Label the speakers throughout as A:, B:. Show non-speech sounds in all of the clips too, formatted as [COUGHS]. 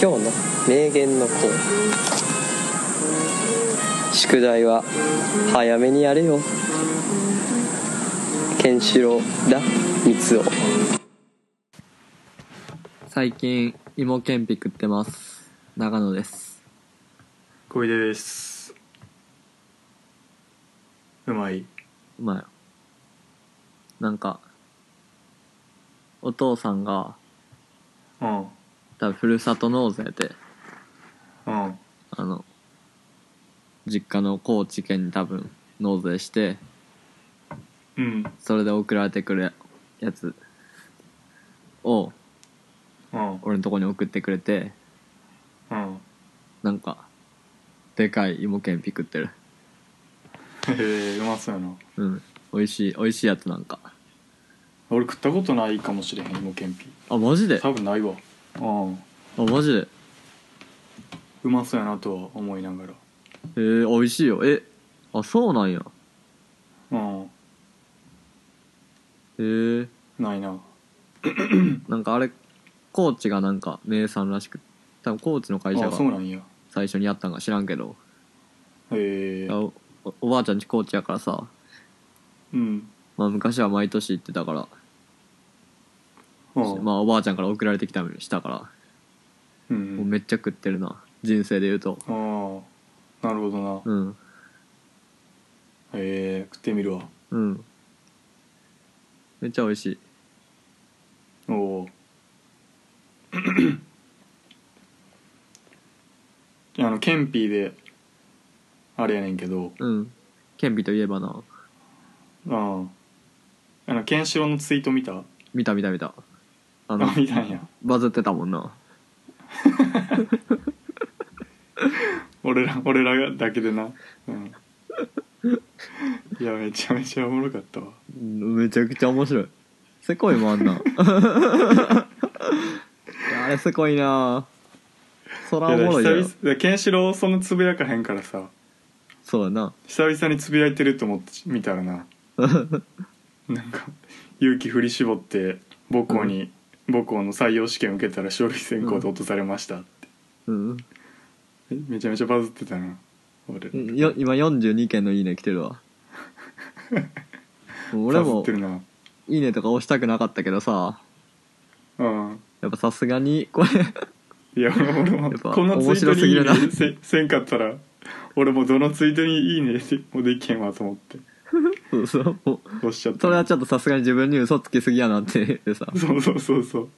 A: 今日の名言のコーナー宿題は早めにやれよケンシロウだ三つを
B: 最近芋けんぴ食ってます長野です
C: 小出ですうまいう
B: まいなんかお父さんが
C: うん
B: 多分ふるさと納税で
C: うん
B: あの実家の高知県に多分納税して
C: うん
B: それで送られてくるやつを
C: うん
B: 俺のとこに送ってくれて
C: うん
B: なんかでかい芋けんぴ食ってる
C: へえうまそうやな
B: うん美味しい美味しいやつなんか
C: 俺食ったことないかもしれへん芋けんぴ
B: あマジであ
C: 多分ないわうん
B: マジでへ
C: うまそうやなとは思いながら
B: え美味しいよえあそうなんや
C: うん
B: へえ
C: ないな
B: なんかあれ高知がなんか名産らしく多分高知の会社
C: あそう
B: が
C: なんや
B: 最初にやったんか知らんけど
C: へえ
B: あおおおばあちゃんち高知やからさ、
C: うん
B: まあ、昔は毎年行ってたから、
C: うん
B: まあ、おばあちゃんから送られてきたりしたから、
C: う
B: もうんめっちゃ食ってるな人生で言うと
C: ああなるほど
B: うん
C: なへえ食ってみるわ
B: うんめっちゃ美味しい
C: おお [CLEARS THROAT] あのケンピーであれやねんけど
B: うんケンビといえばな
C: あああのケンシロウのツイート見た
B: 見た見た見たあの
C: あ見たんや
B: バズってたもんな
C: 俺ら俺らだけでなうんいやめちゃめちゃおもろかったわ
B: うんめちゃくちゃ面白いせこいもんあんな [LAUGHS] いやあれせこいなそらお
C: いや
B: もろいよ
C: 久々だケンシロウそのつぶやかへんからさ
B: そうだな
C: 久々につぶやいてると思って見たらななんか勇気振り絞って母校に、母校の採用試験受けたら書類選考で落とされました、
B: うん
C: めちゃめちゃバズってたな俺
B: よ今42件の「いいね」来てる
C: [LAUGHS]
B: わもう俺
C: バズ
B: も
C: ってるな
B: 「いいね」とか押したくなかったけどさ
C: うん
B: やっぱさすがにこれ
C: いや俺も
B: やっぱ
C: こんなツイートにいい
B: 面白すぎる
C: ねせせんかったら俺もどのツイートにいいねもできへんわと思って
B: そうそうもう
C: 押しちゃった
B: それはちょっとさすがに自分に嘘つきすぎやなって言ってさ
C: そうそうそうそうこ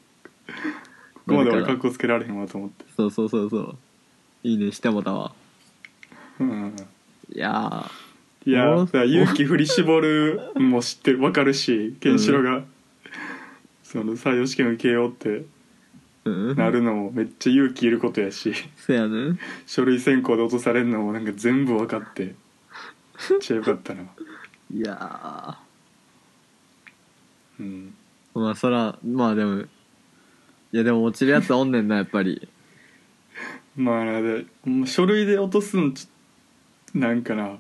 C: こまで俺
B: だから
C: 格好つけられへんわと思って
B: そうそうそうそう「いいね」してもたわ
C: うん
B: いや
C: いや
B: おもろ
C: だから勇気振り絞るも知ってるわかるしケンシロウが、その採用試験受けようって
B: ーうん
C: なるのもめっちゃ勇気いることやし [LAUGHS]
B: せやね
C: 書類選考で落とされるのもなんか全部分かってめっちゃよかったな
B: いやー
C: うん
B: まあそらまあでもいやでも落ちるやつおんねんなやっぱり
C: まあなでもう書類で落とすのちょなんかな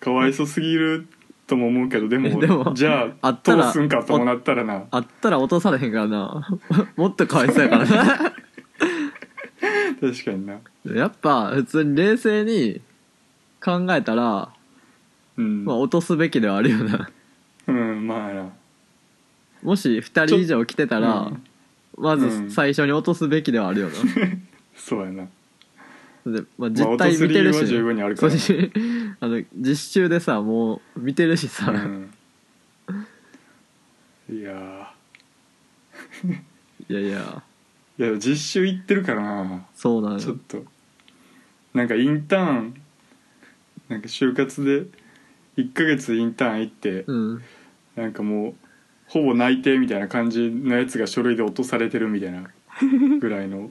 C: かわいそすぎるとも思うけどでも
B: でも
C: じゃ
B: あ
C: あ
B: ったら
C: どうすんかともなったらな
B: あったら落とされへんからな [LAUGHS] もっとかわいそうやからな [LAUGHS]
C: 確かにな
B: やっぱ普通に冷静に考えたら、
C: うん、
B: まあ、落とすべきではあるよな
C: うんまあな
B: もし2人以上来てたら、ま
C: うん
B: ず最初に落とすべきではあるよな、
C: そうやな
B: でまあ、
C: まあ
B: 実態見てるし、
C: 落とす理由は十分にあるからな
B: そうしあの実習でさもう見てるしさ、
C: うんいや
B: いやいや
C: ーいや実習行ってるからな
B: そうなん
C: ちょっ
B: よ
C: となんかインターンなんか就活で1ヶ月インターン行って、
B: うん
C: なんかもうほぼ内定みたいな感じのやつが書類で落とされてるみたいなぐらいの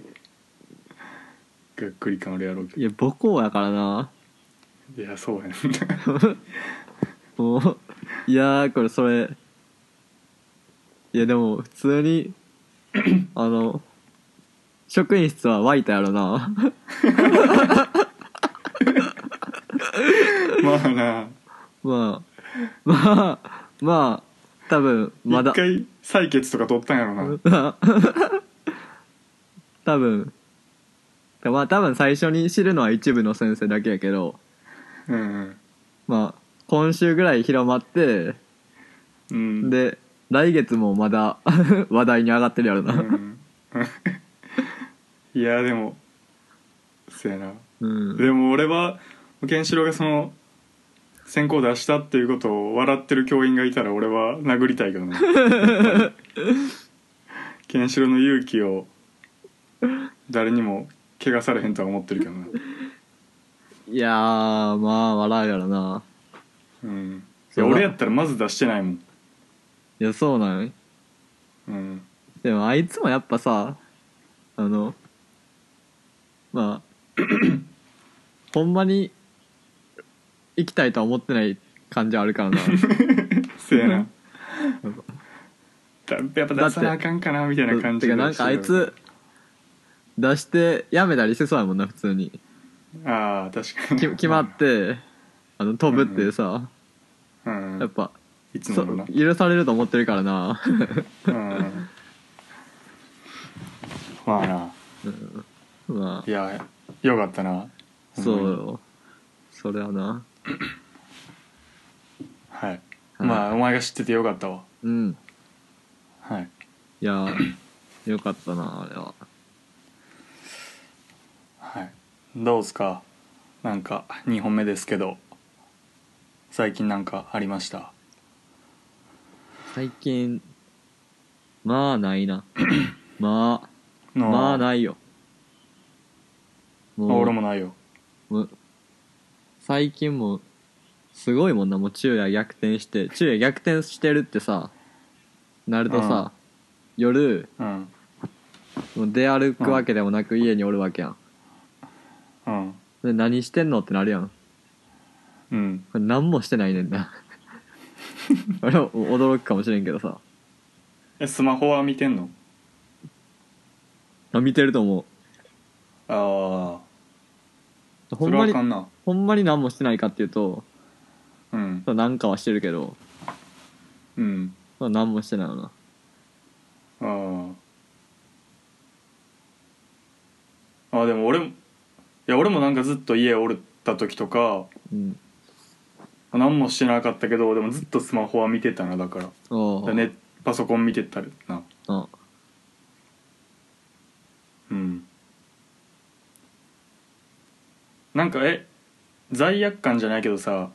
C: がっくり感あるやろうけ
B: いや母校やからな
C: どいやそうやね [LAUGHS]
B: もういやーこれそれいやでも普通にあの職員室は湧いたやろな [LAUGHS]
C: まあな
B: まあまあまあ多分まだ
C: 一回
B: [LAUGHS]
C: 採血とか取ったんやろな
B: 多分かまあ多分最初に知るのは一部の先生だけやけど
C: うん
B: まあ今週ぐらい広まって
C: うん
B: で来月もまだ [LAUGHS] 話題に上がってるやろ
C: う
B: な、
C: ん [LAUGHS] いやでもそやな
B: うん、
C: でも俺はケンシロウがその先行出したっていうことを笑ってる教員がいたら俺は殴りたいけどな [LAUGHS] ケンシロウの勇気を誰にも怪我されへんとは思ってるけどない
B: やーまあ笑うやろな
C: うんい
B: そう
C: や
B: だ
C: 俺やったらまず出してないもん
B: いやそうなんよ
C: うん
B: でもあいつもやっぱさあのまあ [COUGHS] ほんまに行きたいとは思ってない感じはあるからな
C: せ [LAUGHS] やなだやっぱ出さなあかんかなみたいな感じ
B: て
C: が
B: かなんかあいつ出してやめたりしてそうやもんな普通に
C: ああ確かに
B: き決まってあの飛ぶっていうさ、
C: うん
B: やっぱ
C: いつ
B: そ
C: ものな
B: う許されると思ってるから
C: [LAUGHS]
B: な
C: うんまあな
B: ま
C: いやよかったな
B: あそうよそれはな
C: はい、まあお前が知っててよかったわ
B: うん
C: はい
B: いやーよかったなあれは
C: はいどうすかなんか2本目ですけど最近なんかありました
B: 最近まあない
C: [CLEARS THROAT]
B: なまあ
C: の
B: まあないよもう
C: 俺もないよ
B: もう最近もすごいもんなもう昼夜逆転して昼夜逆転してるってさなるとさ、夜
C: うん
B: もう出歩くわけでもなく家におるわけやん、
C: うん
B: で何してんのってなるやん
C: うん
B: これ何もしてないねん
C: [LAUGHS]
B: なあれは驚くかもしれんけどさ
C: えスマホは見てんの
B: あ見てると思
C: あ
B: う
C: あそ
B: ほん
C: れ
B: ま
C: はあ
B: に
C: かんな
B: ほんまに何もしてないかっていうと
C: うん
B: なんかはしてるけど
C: うん
B: まあ何もしてないよな
C: あああでも俺もいや俺もなんかずっと家おった時とか
B: うん
C: 何もしてなかったけどでもずっとスマホは見てたなだからだか
B: ああ
C: らねパソコン見てたりな
B: あ
C: うんなんかえ罪悪感じゃないけどさ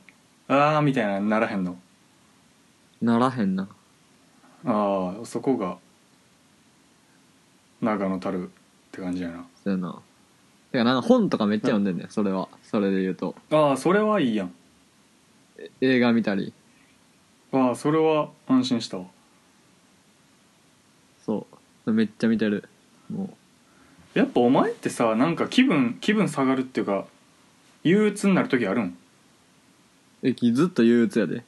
C: ああみたいなのならへんの
B: ならへんな
C: ああそこが長野たるって感じやな
B: そうやなてかなんか本とかめっちゃ読んでんねんそれはそれで言うと
C: ああそれはいいやん
B: え映画見たり
C: ああそれは安心したわ
B: そうめっちゃ見てるも
C: やっぱお前ってさなんか気分気分下がるっていうか憂鬱になる時あ
B: [LAUGHS]
C: るん
B: うえずっと憂鬱やで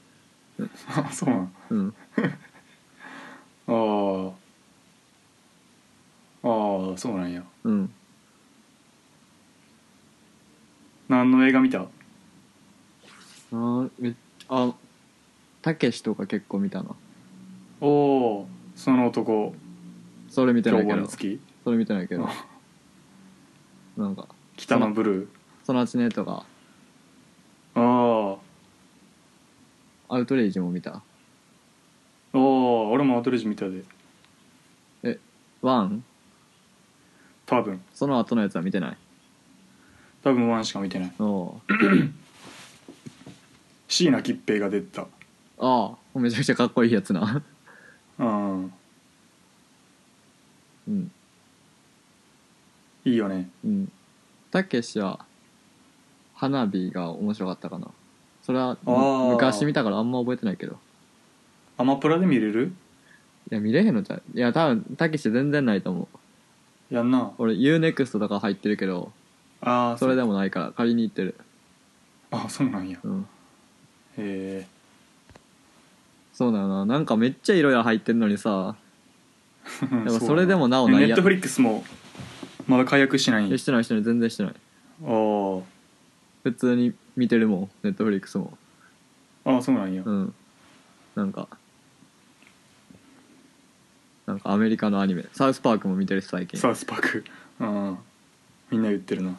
C: あそうなん
B: うん
C: あーあーそうなんや
B: うん
C: 何の映画見た
B: あーめあたけしとか結構見たな
C: おおその男
B: それ見てな
C: 凶
B: いけ
C: 暴な
B: ど
C: 月
B: それ見てないけどなんか
C: 北のブル
B: 「そのうちね」とか
C: ー
B: 「
C: あ
B: アウトレイジ」も見た
C: あおー俺もアウトレイジ見たで
B: 「ワン
C: 多分
B: その後のやつは見てない
C: 多分ワンしか見てない
B: お
C: 椎名桔平が出てた
B: ああめちゃくちゃかっこいいやつな [LAUGHS]
C: うん
B: うん
C: いいよね
B: うんたけしは花火が面白かったかなそれは
C: あー
B: 昔見たからあんま覚えてないけど
C: アマプラで見れる
B: いや見れへんのじゃういや多分たけし全然ないと思う
C: やんな
B: 俺 UNEXT とか入ってるけど
C: ああ
B: それでもないから借りに行ってる
C: あそうなんや
B: うん
C: へえ
B: そうだよななんかめっちゃいろいろ入ってんのにさでもそれでもなおな
C: ネ
B: い
C: ッ
B: や
C: トフリックスもまだ解約してないん
B: え
C: や
B: してないしてない全然してない
C: あー
B: 普通に見てるもんネットフリックスも
C: あーそうなんや、
B: うんなんかなんかアメリカのアニメサウスパークも見てるし最近
C: サウスパークうんみんな言ってるな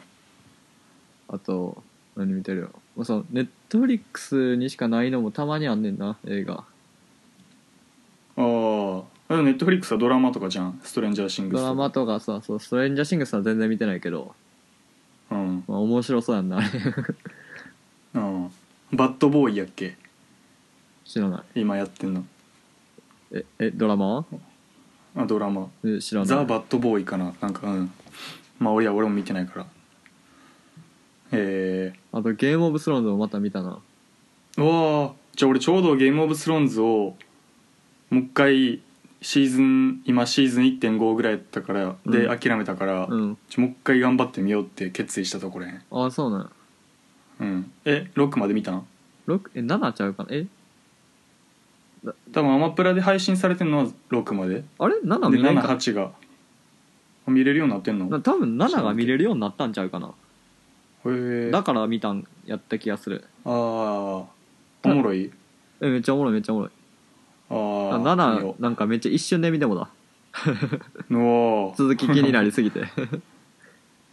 B: あと何見てるよまあそのネットフリックスにしかないのもたまにあんねんな映画
C: あーあネットフリックスはドラマとかじゃんストレンジャーシングス
B: ドラマとかさそうストレンジャーシングスは全然見てないけど、
C: うん、
B: まあ、面白そうやんなあれ [LAUGHS]
C: うん、バッドボーイやっけ
B: 知らない
C: 今やってんの
B: ええドラマは
C: あドラマ
B: え知らない
C: ザ・バッドボーイかななんかうんまあ俺は俺も見てないからえ
B: あとゲームオブスローンズもまた見たな
C: ー、うわーじゃあ俺ちょうどゲームオブスローンズをもう一回シーズン今シーズン1.5ぐらいやったからで、
B: うん
C: 諦めたから、
B: うん
C: ちょもう一回頑張ってみようって決意したところへん
B: ああそうなんや
C: うんえロックまで見たん
B: 六え7ちゃうかなえ
C: 多分アマプラで配信されてんのは6までで
B: あれ7見ないんか
C: 78があ見れるようになってんの
B: な多分7が見れるようになったんちゃうかな
C: へえ
B: だから見たんやった気がする
C: あーおもろい
B: えめっちゃおもろいめっちゃおもろい
C: あ
B: あ
C: ー見よ
B: 7
C: う
B: なんかめっちゃ一瞬で見てもだ
C: うわー
B: 続き気になりすぎ
C: [LAUGHS]
B: て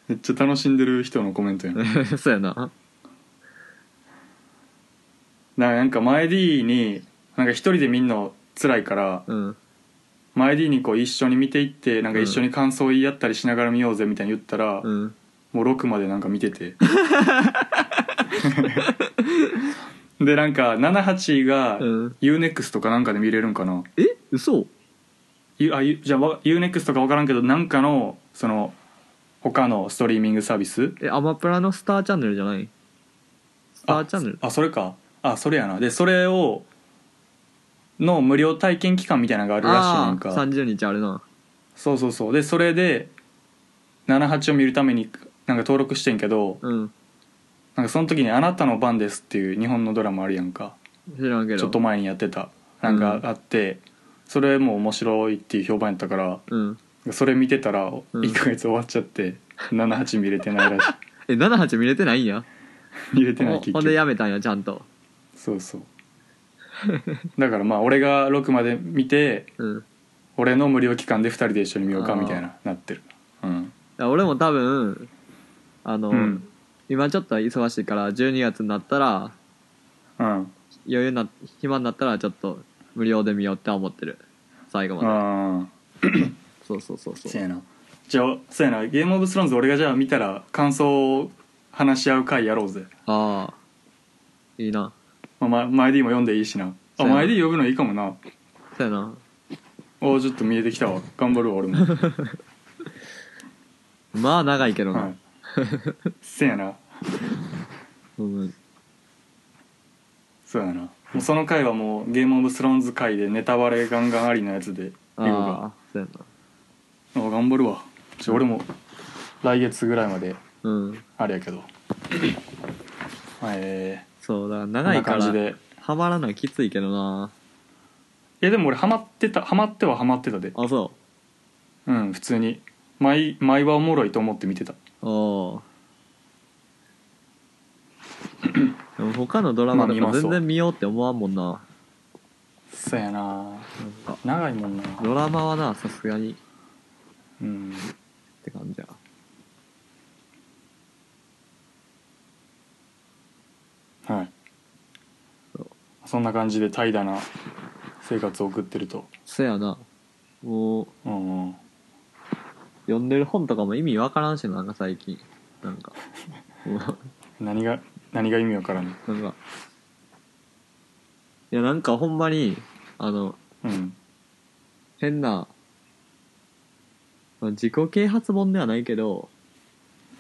C: めっちゃ楽しんでる人のコメントやな
B: そうやな
C: なんか前 D になんか一人で見んの辛いから
B: うん
C: 前 D にこう一緒に見ていってなんか一緒に感想言い合ったりしながら見ようぜみたいに言ったら、
B: うん
C: もう6までなんか見
B: [LAUGHS]
C: ててでなんか78が
B: うん
C: UNEXT とかなんかで見れるんかな、
B: え嘘
C: ゆあゆじゃあわ UNEXT か分からんけどなんかのその他のストリーミングサービス
B: えアマプラのスターチャンネルじゃないスターチャンネル
C: あそれかあそれやなでそれをの無料体験期間みたいなのがあるらしいなん
B: あ
C: か
B: ー30日あるな
C: そうそうそうでそれで78を見るためになんか登録してんけど
B: うん
C: なんかその時に「あなたの番です」っていう日本のドラマあるやんか
B: 知らんけど
C: ちょっと前にやってたなんかあって、それも面白いっていう評判やったから
B: うん
C: それ見てたら
B: うん
C: 1ヶ月終わっちゃって、78見れてないら
B: [LAUGHS]
C: し
B: え78見れてないんや
C: い見れてない
B: ほ
C: 結
B: ほんで
C: 局
B: やめたんやちゃんと
C: そうそうだからまあ俺が6まで見て
B: うん
C: 俺の無料期間で2人で一緒に見ようか
B: あー
C: みたいななってるうん
B: いや俺も多分あの、
C: うん
B: 今ちょっと忙しいから12月になったら
C: うん
B: 余裕な暇になったらちょっと無料で見ようって思ってる最後まで
C: ああ
B: そうそうそうそ
C: そ
B: う
C: うやなじゃあそうやなゲームオブスローンズ俺がじゃあ見たら感想を話し合う回やろうぜ、
B: ああいいな
C: まあ、ま前 D も読んでいいしなあ
B: そうやな
C: 前 D 呼ぶのいいかもな
B: そうやな
C: おーちょっと見えてきたわ頑張るわ
B: [LAUGHS]
C: 俺も、
B: まあ長いけどな、
C: はい、せやな
B: うん
C: そうやなもうその回はもうゲームオブスローンズ回でネタバレガンガンありのやつでいこう
B: あ
C: か
B: あそうや
C: あ頑張るわちょ俺も来月ぐらいまで
B: なうん
C: あれや
B: [LAUGHS]
C: けどえ
B: そうだから
C: ー、
B: 長いか
C: こんな感じ
B: ら
C: で
B: ハマらないきついけどない
C: やでも俺ハマってたハマってはハマってたで
B: あそ
C: うん普通に毎毎はおもろいと思って見てた
B: うおーでも他のドラマ
C: まあ
B: と
C: 見
B: か
C: ますわ
B: 全然見ようって思わんもんな
C: そうやな
B: なんか
C: 長いもんな
B: ドラマはなさすがにっ
C: うん
B: て感じや
C: はい
B: そう
C: そんな感じで怠惰な生活を送ってると
B: そやなもう
C: うんうん
B: 読んでる本とかも意味わからんしななんか最近なんか [LAUGHS] も
C: 何が何が意味わからん
B: うなんかいやなんかほんまにあの
C: うん
B: 変なまあ自己啓発本ではないけど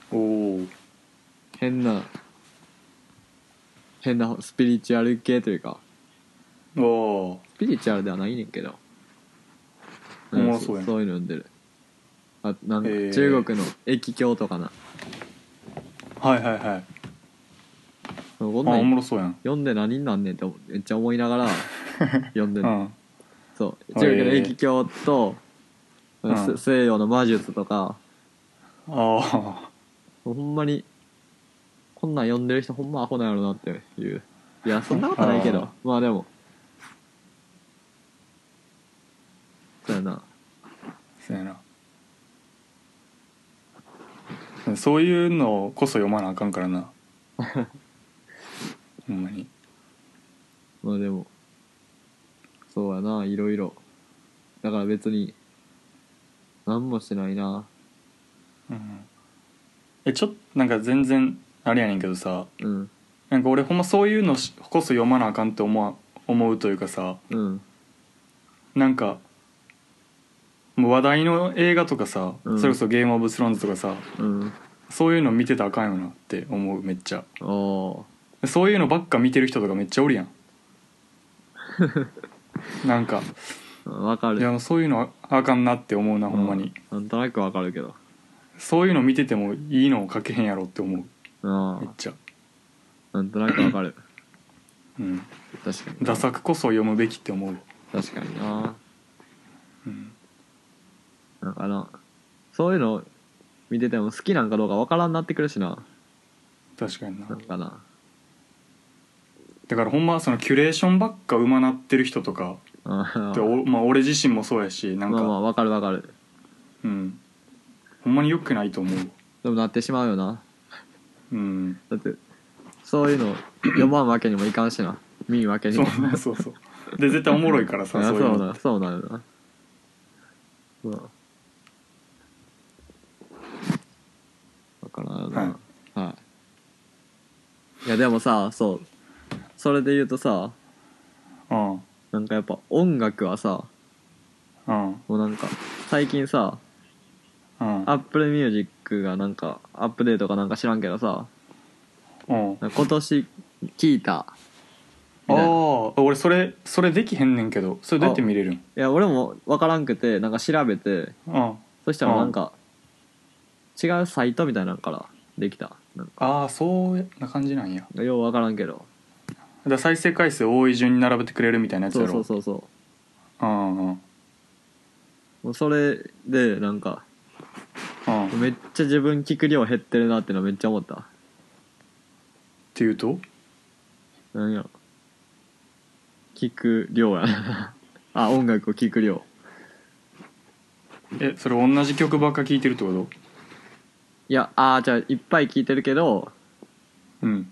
C: おお
B: 変な変なスピリチュアル系というか
C: お
B: スピリチュアルではないねんけど
C: おもろ
B: ん
C: そうやな
B: そういうの読んでるあなんか
C: へー
B: 中国の駅教とかな
C: ーはいはいはい
B: こ
C: あお
B: んなん
C: もろそうやん
B: 読んで何になんねんって思めっちゃ思いながら読んで
C: [LAUGHS] う
B: る、
C: ん
B: そう
C: あ
B: 中国の
C: ええ
B: 駅教と、
C: うん
B: せ西洋の魔術とか
C: あ
B: ほんまにこんなん読んでる人ほんまアホなんやろなっていういやそんなことないけど
C: あ
B: まあでもそうやな
C: あそうやなそういうのこそ読まなあかんから [LAUGHS] なほんまに
B: まあでもそうやないろいろだから別に何もしてないな
C: うんえちょっとなんか全然あれやねんけどさ
B: うん
C: なんか俺ほんまそういうのしこそ読まなあかんって思わ思うというかさ
B: うん
C: なんかもう話題の映画とかさ、
B: うん
C: それこそ「ゲーム・オブ・スローンズ」とかさ
B: うん
C: そういうの見てたらあかんよなって思うめっちゃ
B: ああ
C: そういうのばっか見てる人とかめっちゃお [LAUGHS] るやんなんか
B: わか
C: い
B: る
C: やそういうのああかんなって思うなほんまに、
B: うなんとなくわかるけど
C: そういうの見ててもいいのを書けへんやろって思
B: あ
C: うめっちゃ、
B: あなんとなくわかる
C: うん、
B: 確かに
C: ダ作こそ読むべきって思う、
B: 確かにな
C: うん、
B: なんかなそういうの見てても好きなんかどうかわからんなってくるしな
C: 確かにな
B: なんかな
C: だからほんまそのキュレーションばっかうまなってる人とか
B: あ
C: でお、まあ、俺自身もそうやしなん
B: ま
C: か、
B: あまあわかるわかる
C: うんほんまに良くないと思う
B: でもなってしまうよな
C: うん
B: だってそういうの読まんわけにもいかんしな見んわけに
C: そう
B: も
C: そうそうで絶対おもろいから
B: い [LAUGHS]
C: さ
B: や
C: そうい
B: そうう
C: の
B: だそうなんだよなうんだからんなはい、い、やでもさそうそれで言うとさ
C: うん
B: なんかやっぱ音楽はさ
C: うん
B: もうなんか最近さ
C: うん
B: アップルミュージックがなんかアップデートかなんか知らんけどさ
C: うん
B: なんか今年聴いた
C: あ
B: みたいな
C: あ俺それそれできへんねんけどそれどうやって見れるん
B: いや俺も分からんくてなんか調べて
C: うん
B: そしたらなんか、違うサイトみたいなのからできたなんか
C: ああそうな感じなんやだか
B: よう分からんけど
C: ら再生回数多い順に並べてくれるみたいなやつ
B: そ
C: や
B: うそ
C: ろ
B: うそうそ
C: うんうんうん
B: うもうそれでなんか
C: っ
B: めっちゃ自分聞く量減ってるなってのめっちゃ思った
C: ていうと
B: なんやろ聞く量やな [LAUGHS] あ音楽を聞く量
C: えそれ同じ曲ばっか聴いてるってこと
B: いやあーじゃあいっぱい聞いてるけど
C: うん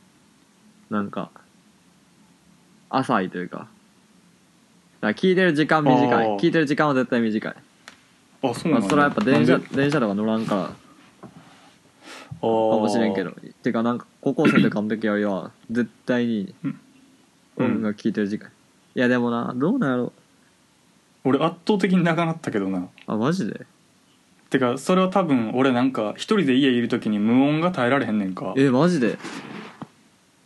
B: なんか浅いというかだから聞いてる時間短い
C: あー
B: 聞いてる時間は絶対短い、
C: あそ
B: ま
C: うな
B: あ、
C: んだ
B: それはやっぱ電車
C: なんで
B: 電車とか乗らんから
C: あか
B: かもしれんけどてかなんか高校生とかの時よりは絶対に
C: うん
B: 音楽聴いてる時間、いやでもなどうなんやろ
C: 俺圧倒的になくなったけどな
B: あマジで
C: てかそれは多分俺なんか一人で家いる時に無音が耐えられへんねんか
B: えマジで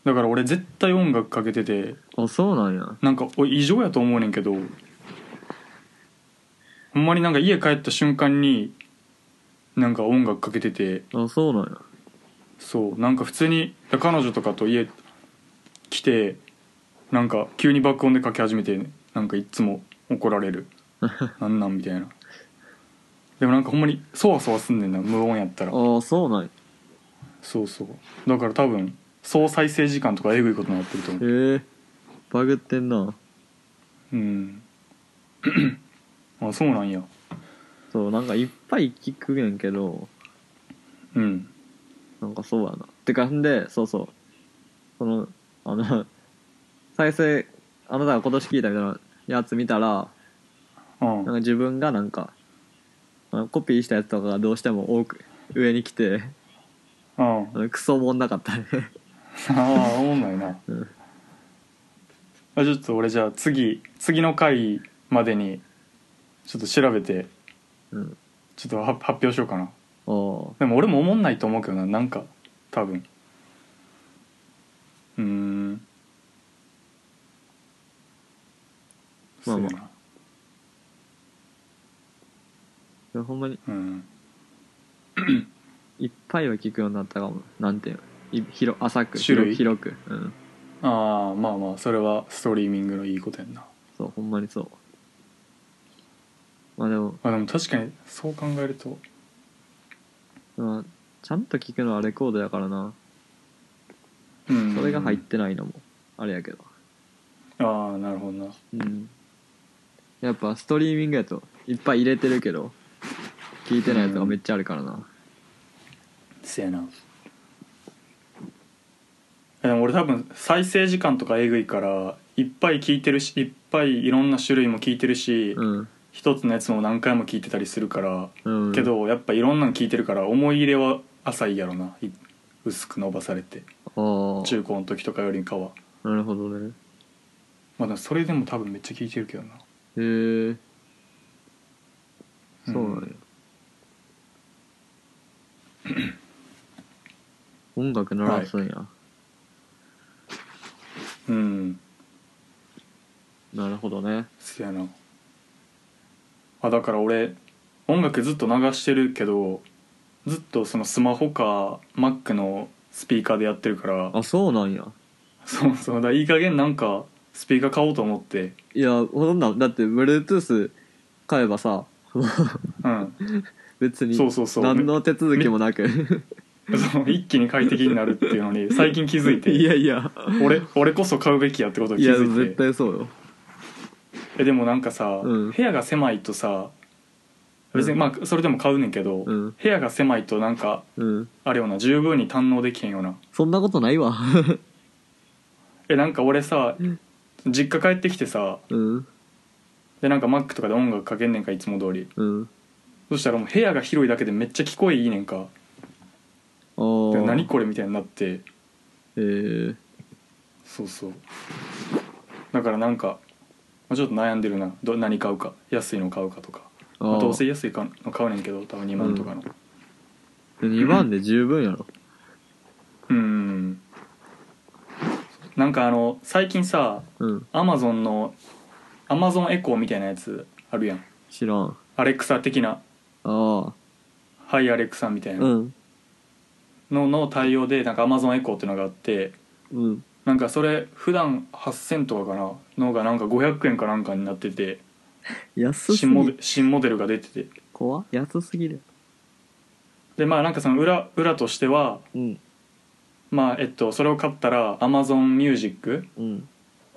C: だから俺絶対音楽かけてて
B: あそうなんや
C: なんか俺異常やと思うねんけどほんまになんか家帰った瞬間になんか音楽かけてて
B: あそうなんや
C: そうなんか普通に彼女とかと家来てなんか急に爆音で書き始めてなんかいっつも怒られるなんなんみたいなでもなんかほんまにそわそわすんねんな無音やったら
B: あそうなんや
C: そうそうだから多分総再生時間とかえぐいことになってると思う
B: へえバグってんな
C: うんあそうなんや
B: そうなんかいっぱい聞くねんけど
C: うん
B: なんかそうやなてかんでそうそうそのあの [LAUGHS] 再生あなたが今年聞いたみたいなやつ見たら
C: うん
B: なんか自分がなんかあのコピーしたやつとかがどうしても多く上に来て
C: うん
B: あのクソもんなかった
C: [LAUGHS]
B: ね
C: ああ思んないな、
B: うん
C: あちょっと俺じゃあ次次の回までにちょっと調べて
B: うん
C: ちょっとは発表しようかな
B: お
C: でも俺も思んないと思うけどななんか多分うーん
B: まあまあ
C: そうやな
B: ーほんまに
C: うん
B: いっぱいは聞くようになったかもなんていうのい広浅く
C: 種類
B: 広広くうん
C: ああまあまあそれはストリーミングのいいことやんな
B: そうほんまにそうまあでも、
C: あでも確かにそう考えると
B: まあ、ちゃんと聞くのはレコードやからな
C: うん
B: それが入ってないのもあれやけど
C: ああなるほどな
B: うんやっぱストリーミングやといっぱい入れてるけど聞いてないやつがめっちゃあるからな、
C: せやなえでも俺多分再生時間とかえぐいからいっぱい聞いてるしいっぱいいろんな種類も聞いてるし、
B: うん
C: 一つのやつも何回も聞いてたりするから、
B: うん
C: けどやっぱいろんなの聞いてるから思い入れは浅いやろない薄く伸ばされて
B: あ
C: 中高の時とかよりかは
B: あなるほどね
C: まあでもそれでも多分めっちゃ聞いてるけどな
B: へえそうなんや、音楽鳴らすんや、
C: うん
B: なるほどね
C: そやなあだから俺音楽ずっと流してるけどずっとそのスマホか Mac のスピーカーでやってるから
B: あそうなんや
C: そうそうだからいい加減なんかスピーカー買おうと思って
B: いやほんなんだって Bluetooth 買えばさ
C: うん
B: 別に
C: そうそうそう
B: 何の手続きもなく
C: その一気に快適になるっていう
B: [LAUGHS]
C: のに最近気づいて
B: いやいや
C: 俺俺こそ買うべきやってことに
B: い
C: 気
B: や
C: づ
B: 絶
C: いて
B: 対そうよ
C: えでもなんかさ、
B: うん
C: 部屋が狭いとさ別
B: う
C: に
B: ん
C: まあそれでも買うねんけど、
B: うん
C: 部屋が狭いとなんか
B: うん
C: あれよな十分に堪能できへんよな
B: そんなことないわ
C: [LAUGHS] えなんか俺さ
B: うん
C: 実家帰ってきてさ
B: うん
C: でなんか Mac とかで音楽かけんねんかいつも通り
B: うん
C: そしたらもう部屋が広いだけでめっちゃ聞こえいいねんか
B: あ
C: で
B: あ
C: 何これみたいになって
B: えー、
C: そうそうだからなんかまあちょっと悩んでるなど何買うか安いの買うかとか
B: あ
C: まあ
B: ー
C: どうせ安いかの買うねんけど多分2万とかの
B: 2万で十分やろ
C: うんんなんかあの最近さ
B: うん
C: アマゾンのアマゾンエコーみたいなやつあるやん
B: 知らん
C: アレクサ的な
B: ああ
C: 「はいアレクサ」みたいな
B: うん
C: のの対応でなんか Amazon エコーっていうのがあって
B: うん
C: なんかそれ普段8000とかかなのがなんか500円かなんかになってて
B: 安す
C: 新モ
B: ぎ
C: デ
B: る
C: 新モデルが出てて
B: 怖っ安すぎる
C: でまあなんかその裏裏としては
B: うん
C: まあえっとそれを買ったら AmazonMusic
B: うん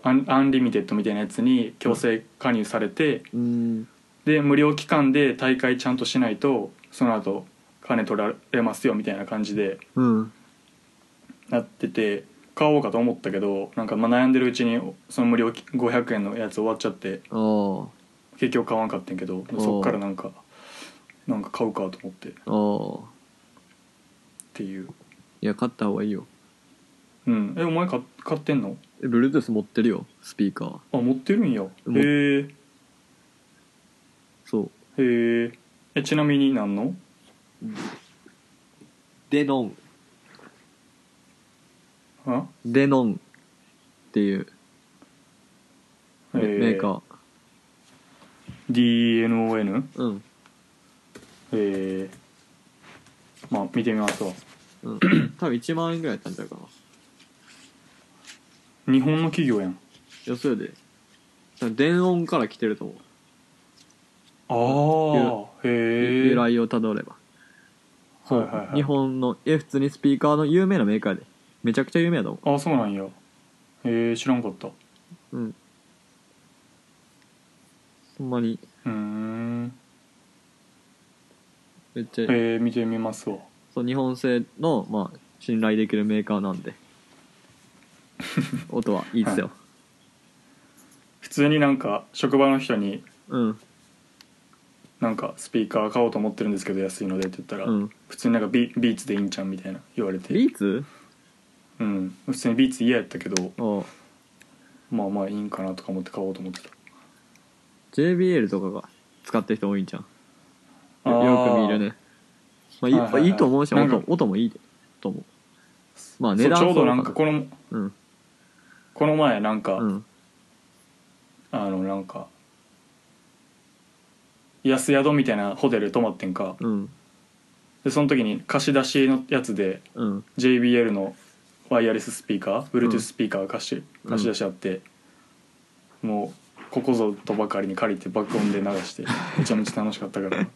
C: アンアンリミテッドみたいなやつに強制加入されて、
B: うん
C: で無料期間で大会ちゃんとしないとその後金取られますよみたいな感じで
B: うん
C: なってて買おうかと思ったけどなんかまあ悩んでるうちにその無料き500円のやつ終わっちゃって
B: ああ
C: 結局買わんかったんやけど
B: おう
C: そっからなんかなんか買うかと思ってっ
B: ああ
C: ていう
B: いや買った方がいいよ
C: うんえお前買買ってんの
B: え Bluetooth 持ってるよスピーカー
C: あ持ってるんやへ
B: 持っ
C: え
B: そう
C: へええちなみに何の
B: デノン
C: あ
B: デノンっていうメメー
C: ー
B: カ
C: DNON
B: ーうん
C: えー、まあ見てみますわ
B: うん多分1万円ぐらいやったんちゃうかな
C: 日本の企業やん
B: いやそうやで多分電音から来てると思う
C: ああへえ
B: 由来をたどれば
C: はいはいはい
B: 日本のえ普通にスピーカーの有名なメーカーでめちゃくちゃ有名やと思
C: あそうなんやへえ知らんかったう
B: ううんほんまに
C: ーん
B: めっちゃ、
C: えー、見てみますわ
B: そう日本製の、まあ、信頼できるメーカーなん
C: [LAUGHS]
B: で音はいいっすよ、
C: 普通になんか職場の人に
B: うん
C: なんかスピーカー買おうと思ってるんですけど安いのでって言ったら、
B: うん
C: 普通になんかビビーツでいいんちゃんみたいな言われて
B: ビーツ
C: うん普通にビーツ嫌やったけど
B: ああ
C: まあまあいいんかなとか思って買おうと思ってた
B: JBL とかが使ってる人多いんじゃん
C: あ
B: よ
C: ー
B: よく見るねまあいい,、
C: はいはいはい
B: い、いと思うし
C: なんか
B: 音音もいいでと思うまあ
C: そ
B: 値
C: う
B: 段
C: ちょうどなん
B: そ
C: か
B: うか
C: この
B: うん
C: この前なんか、
B: うん
C: あのなんか安宿みたいなホテル泊まってんか
B: うん
C: でその時に貸し出しのやつで
B: うん
C: JBL のワイヤレススピーカー Bluetooth スピーカーが貸し,、
B: うん
C: 貸し出しあって、もうここぞとばかりに借りて爆音で流して
B: [LAUGHS]
C: めちゃめちゃ楽しかったから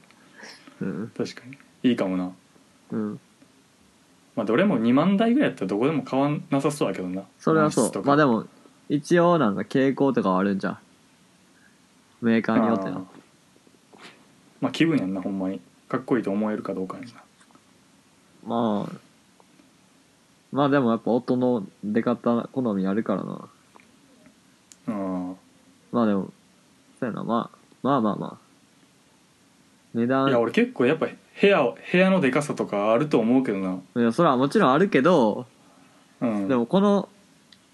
B: うん
C: 確かにいいかもな
B: うん
C: まあどれも2万台ぐらいやったらどこでも買わなさそうだけどな
B: それはそ
C: 音質と
B: う
C: か
B: まあでも一応なんか傾向とかはあるんじゃんメーカーによって
C: あー
B: な
C: まあ気分やんなほんまにかっこいいと思えるかどうかやんな
B: まあまあでもやっぱ音の出方好みあるからな
C: あ
B: まあでもそうやなまあまあまあまあ値
C: あ
B: 段
C: いや俺結構やっぱ部屋を部屋のでかさとかあると思うけどない
B: やそれはもちろんあるけど
C: うん
B: でもこの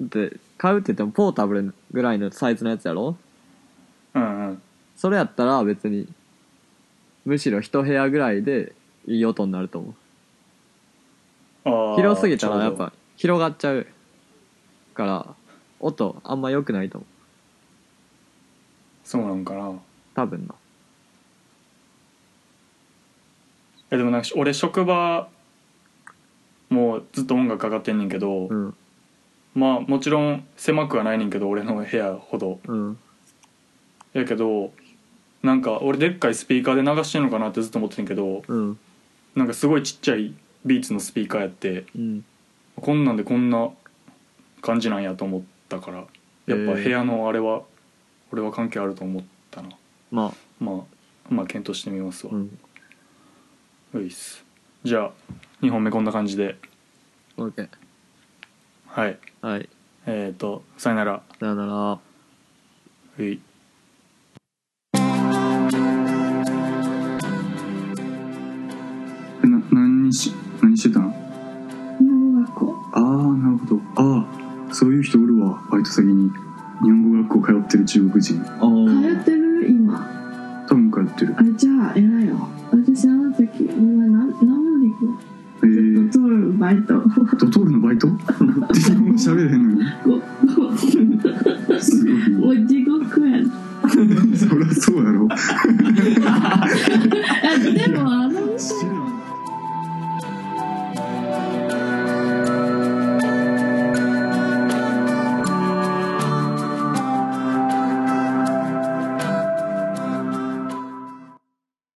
B: だって買うって言ってもポータブルぐらいのサイズのやつやろ
C: うんうん
B: それやったら別にむしろ一部屋ぐらいでいい音になると思
C: あー
B: う広すぎたらやっ
C: ちょう
B: ぱ広がっちゃうから音あんま良くないと思う
C: どそうなんかない
B: 多分な
C: やでもなんか俺職場もうずっと音楽かかってんねんけど、
B: うん
C: まあもちろん狭くはないねんけど俺の部屋ほど
B: うん
C: やけどなんか俺でっかいスピーカーで流してんのかなってずっと思ってんけど
B: うん
C: なんかすごいちっちゃいビーツのスピーカーやって
B: うん
C: こんなんでこんな感じなんやと思ったからやっぱ部屋のあれは俺は関係あると思ったな
B: ま
C: まあまあ検討してみます
B: あ
C: わ、
B: うん
C: ういっすじゃあ2本目こんな感じで
B: OK
C: はい
B: はい
C: えっ、ー、とさよなら
B: さよなら
C: うい
D: な何し何してたの
E: 女の学校
D: ああなるほどああそういう人おるわバイト先に日本語学校通ってる中国人
B: お
E: 通ってる今
D: 多分通ってる
E: あじゃあ偉いわ私あの時お前何何もできない
D: えー、
E: 取るバイト
D: [LAUGHS]